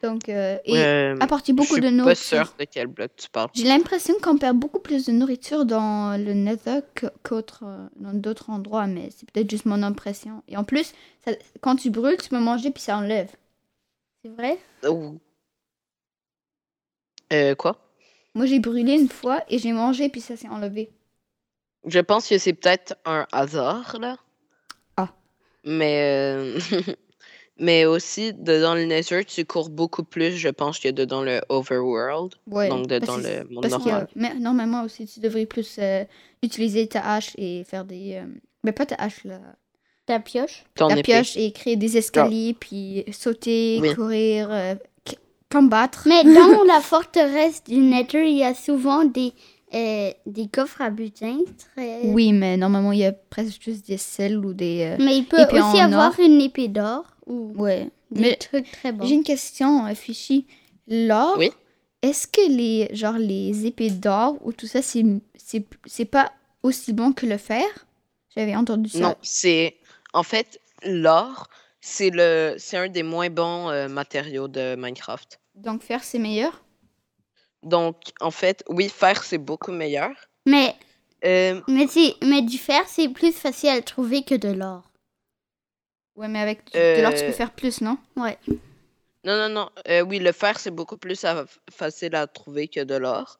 Donc, euh, et Euh, apporter beaucoup je de suis pas nourriture. sûre de quel bloc tu parles. J'ai l'impression qu'on perd beaucoup plus de nourriture dans le Nether que- qu'autre, euh, dans d'autres endroits, mais c'est peut-être juste mon impression. Et en plus, ça- quand tu brûles, tu peux manger puis ça enlève. C'est vrai? Ou- Euh, quoi? Moi, j'ai brûlé une fois et j'ai mangé puis ça s'est enlevé. Je pense que c'est peut-être un hasard, là. Ah. Mais, euh, <laughs> mais aussi, dedans le Nether, tu cours beaucoup plus, je pense, que dedans le Overworld. Ouais. Donc, de- parce dans que- le monde parce que, normal. mais normalement aussi, tu devrais plus euh, utiliser ta hache et faire des. euh, mais pas ta hache, là. <laughs> Ta pioche? T'en la pioche et créer des escaliers, puis sauter, Oui. courir, euh, c- combattre. Mais dans la forteresse du Nether, il y a souvent des, euh, des coffres à butin. Très... <laughs> Oui, mais normalement, il y a presque juste des sels ou des... euh, Mais il peut Et puis aussi en avoir or. une épée d'or ou Mm. Ouais. des Mais trucs très bons. j'ai une question, euh, Fichi. L'or, Oui. est-ce que les, genre, les épées d'or ou tout ça, c'est, c'est, c'est pas aussi bon que le fer J'avais entendu ça. Non, c'est. En fait, l'or, c'est le... c'est un des moins bons euh, matériaux de Minecraft. Donc fer, c'est meilleur Donc, en fait, oui, fer, c'est beaucoup meilleur. Mais, Euh, mais, c'est- mais du fer, c'est plus facile à trouver que de l'or. Ouais, mais avec du- de Euh, l'or, tu peux faire plus, non Non, non, non. Euh, oui, le fer, c'est beaucoup plus à- facile à trouver que de l'or.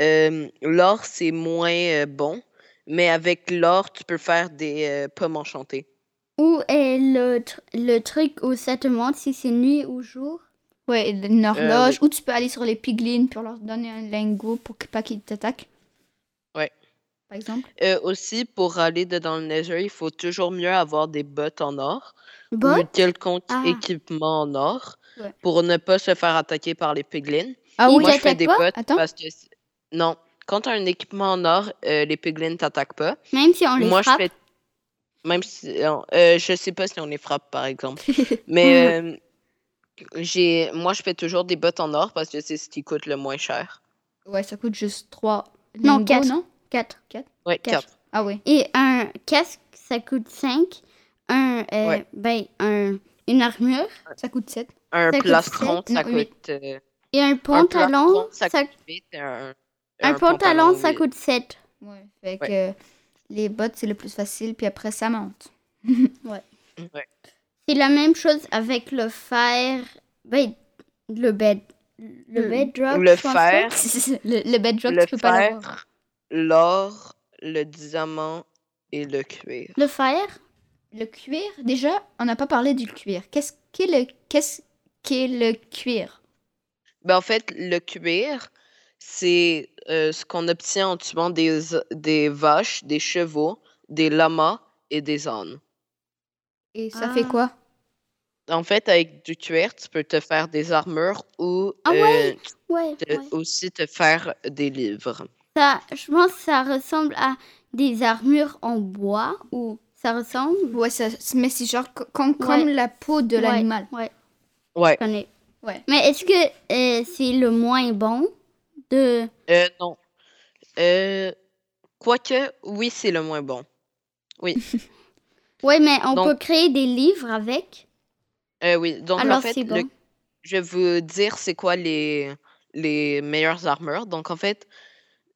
Euh, l'or, c'est moins euh, bon, mais avec l'or, tu peux faire des euh, pommes enchantées. Où est le, tr- le truc où ça te montre si c'est nuit ou jour Ouais, et une horloge, ou tu peux aller sur les piglins pour leur donner un lingot pour que pas qu'ils t'attaquent. Ouais. Par exemple. Euh, aussi, pour aller dedans le Nether, il faut toujours mieux avoir des bottes en or ou Bon, quelconque Ah. équipement en or Ouais. pour ne pas se faire attaquer par les piglins. Ah Ou oui, Moi, je fais t'attaquent des pas? bottes Attends. parce que... c'est- Non, quand tu as un équipement en or, euh, les piglins t'attaquent pas. même si on les Moi, frappe, je fais. Même si. non, euh, je sais pas si on les frappe, par exemple. Mais. euh, j'ai Moi, je fais toujours des bottes en or parce que c'est ce qui coûte le moins cher. ouais, ça coûte juste 3 Non, quatre. non 4. Ouais, Quatre. quatre. Ah oui. Et un casque, ça coûte 5. Un, euh, Ouais. ben, un, une armure. Ça coûte 7. Un Ça coûte plastron, sept, ça non, huit. coûte. euh, Et un un pantalon, plastron, ça, ça coûte huit, Un, un, pantalon, ça huit. coûte 7. Ouais, fait que les bottes, c'est le plus facile, puis après, ça monte. <laughs> Ouais. C'est la même chose avec le fer, ben, le bed, le Le- bedrock. Hmm. le je pense fer, pas. le, le bedrock, Le tu peux pas fer, l'avoir. l'or, le diamant et le cuir. Le fer, Le cuir, déjà, on n'a pas parlé du cuir. Qu'est-ce qu'est le, qu'est-ce qu'est le cuir Ben, en fait, le cuir, c'est euh, ce qu'on obtient en tuant des, des vaches, des chevaux, des lamas et des ânes. Et ça Ah. fait quoi En fait, avec du cuir, tu peux te faire des armures ou Ah ouais, euh, tu ouais, peux ouais. aussi te faire des livres. Ça, je pense que ça ressemble à des armures en bois ou ça ressemble. Ouais, ça, mais c'est genre co- comme, comme la peau de Ouais. l'animal. Ouais, Ouais. je connais. Ouais. Mais est-ce que euh, c'est le moins bon de Euh, non. Euh, quoique, oui, c'est le moins bon. Ouais, mais on Donc- peut créer des livres avec. Euh, oui, donc en Alors, fait, c'est le- bon. je vais vous dire c'est quoi les, les meilleures armures. Donc en fait,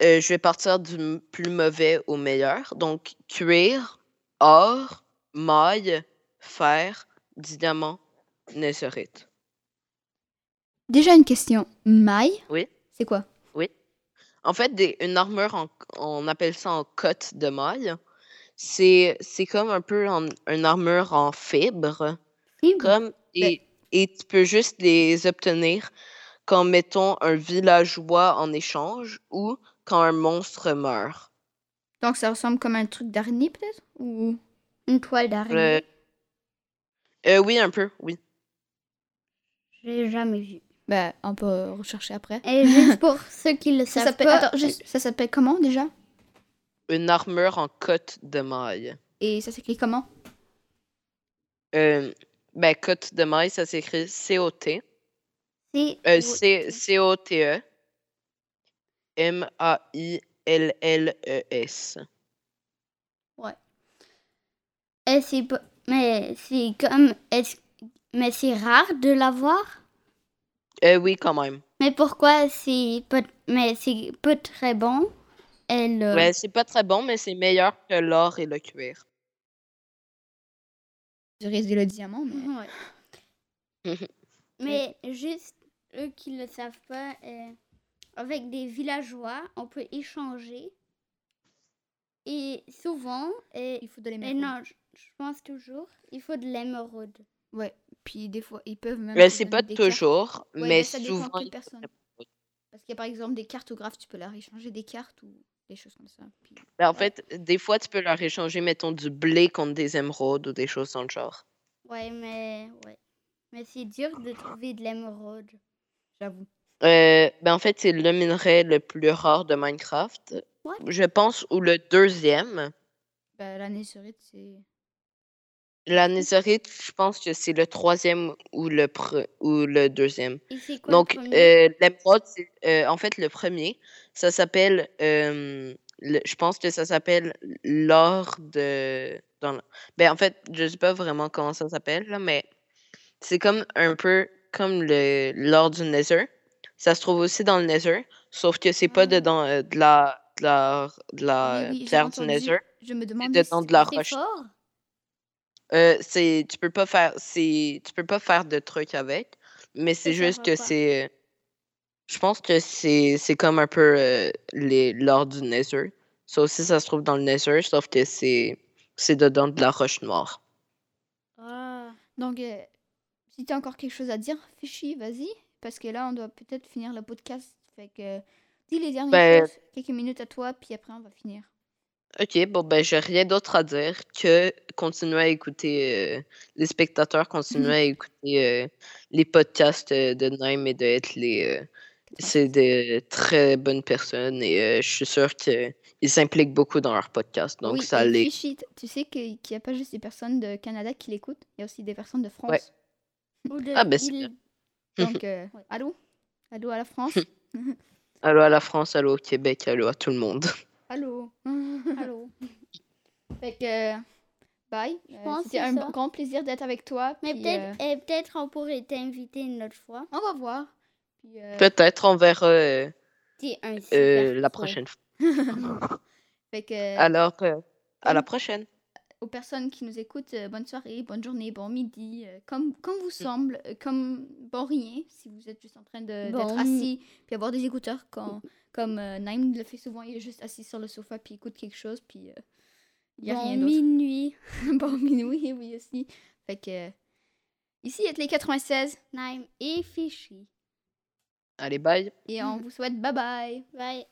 euh, je vais partir du m- plus mauvais au meilleur. Donc cuir, or, maille, fer, diamant, netherite. Déjà une question. Maille Oui. C'est quoi En fait, des- une armure, en- on appelle ça en cote de maille. C'est c'est comme un peu en- une armure en fibre. Comme, et, et tu peux juste les obtenir quand, mettons, un villageois en échange ou quand un monstre meurt. Donc ça ressemble comme un truc d'araignée peut-être Ou Une toile Euh, d'araignée. euh, oui, un peu, oui. Je l'ai jamais vu. Bah, on peut rechercher après. Et juste <laughs> pour ceux qui le Ça savent s'appelle pas, attends, juste, ça s'appelle comment déjà Une armure en cote de maille. Et ça s'écrit comment Euh, ben, cote de maille, ça s'écrit C-O-T. c'est Euh, C- E. C-O-T-E. E M-A-I-L-L-E-S. Et c'est pas- mais c'est comme est-ce Mais c'est rare de l'avoir. Euh, oui, quand même. Mais pourquoi c'est pas, mais c'est pas très bon? Elle, euh, Ouais, c'est pas très bon, mais c'est meilleur que l'or et le cuir. Du risque de le diamant, mais... <laughs> Ouais. Mais juste eux qui ne le savent pas, euh, avec des villageois, on peut échanger. Et souvent, euh, Il faut de et l'émeraude. non, je je pense toujours, il faut de l'émeraude. Ouais. Puis des fois, ils peuvent même. Mais te c'est donner pas des cartes. toujours, Ouais, mais, ça dépend souvent. quelle personne. Parce qu'il y a par exemple des cartographes, tu peux leur échanger des cartes ou des choses comme ça. Puis... Ben, en Ouais. fait, des fois, tu peux leur échanger, mettons, du blé contre des émeraudes ou des choses dans le genre. Ouais, mais ouais. Mais c'est dur de trouver de l'émeraude. J'avoue. Euh, ben, en fait, c'est le minerai le plus rare de Minecraft. What? Je pense, ou le deuxième. Ben, la nésurite, c'est. La nésérite, je pense que c'est le troisième ou le, pre- ou le deuxième. Et c'est quoi Donc, le premier? euh, l'émeraude, c'est euh, en fait le premier. Ça s'appelle, euh, le- je pense que ça s'appelle l'or de. Dans le- ben, en fait, je sais pas vraiment comment ça s'appelle, là, mais c'est comme un peu comme le l'or du Nether. Ça se trouve aussi dans le Nether, sauf que c'est Ah. pas dedans euh, de la, de la, de la Oui, oui, j'ai pierre du entendu. Nether. Je me demande. dedans de la c'est- C'est roche. fort? Euh, c'est tu peux pas faire c'est tu peux pas faire de trucs avec mais c'est Ça sert juste à que quoi? c'est je pense que c'est c'est comme un peu euh, les l'or du Nether ça aussi ça se trouve dans le Nether sauf que c'est c'est dedans de la roche noire Ah. Donc, euh, si t'as encore quelque chose à dire, Fichi, vas-y. Parce que là, on doit peut-être finir le podcast. Fait que. Dis les dernières Ben- choses, quelques minutes à toi, puis après, on va finir. ok bon ben j'ai rien d'autre à dire que continuer à écouter euh, les spectateurs Mmh. continuer à écouter euh, les podcasts euh, de Naim et de Hetley euh, c'est des très bonnes personnes et euh, je suis sûr qu'ils s'impliquent beaucoup dans leur podcast. Donc, oui, ça et les. Fichi, t- tu sais que- qu'il n'y a pas juste des personnes de Canada qui l'écoutent, il y a aussi des personnes de France. Ouais. <laughs> Ou de Ah, ben, c'est île. Donc, euh, allô Allô à la <laughs> France Allô à la France, allô au Québec, allô à tout le monde. Allô <laughs> Allô. Fait que, euh, bye. Euh, pense que C'était c'est un ça. grand plaisir d'être avec toi. Mais puis, peut-être eh, peut-être on pourrait t'inviter une autre fois. euh, on va voir. Puis, euh, Peut-être on verra euh, T'es un super euh, la pro. prochaine fois. fait que, Alors, euh, à la bonne- prochaine. aux personnes qui nous écoutent, euh, bonne soirée, bonne journée, bon midi, euh, comme, comme vous semble, euh, comme bon rien, si vous êtes juste en train de- d'être Bon. assis, puis avoir des écouteurs, quand, comme euh, Naïm le fait souvent, il est juste assis sur le sofa, puis il écoute quelque chose, puis euh, il n'y a Bon rien d'autre. <laughs> minuit. bon minuit, oui aussi. Fait que, euh, ici, est les 96, Naim et Fichi. Allez, bye. <laughs> et on vous souhaite bye bye Bye.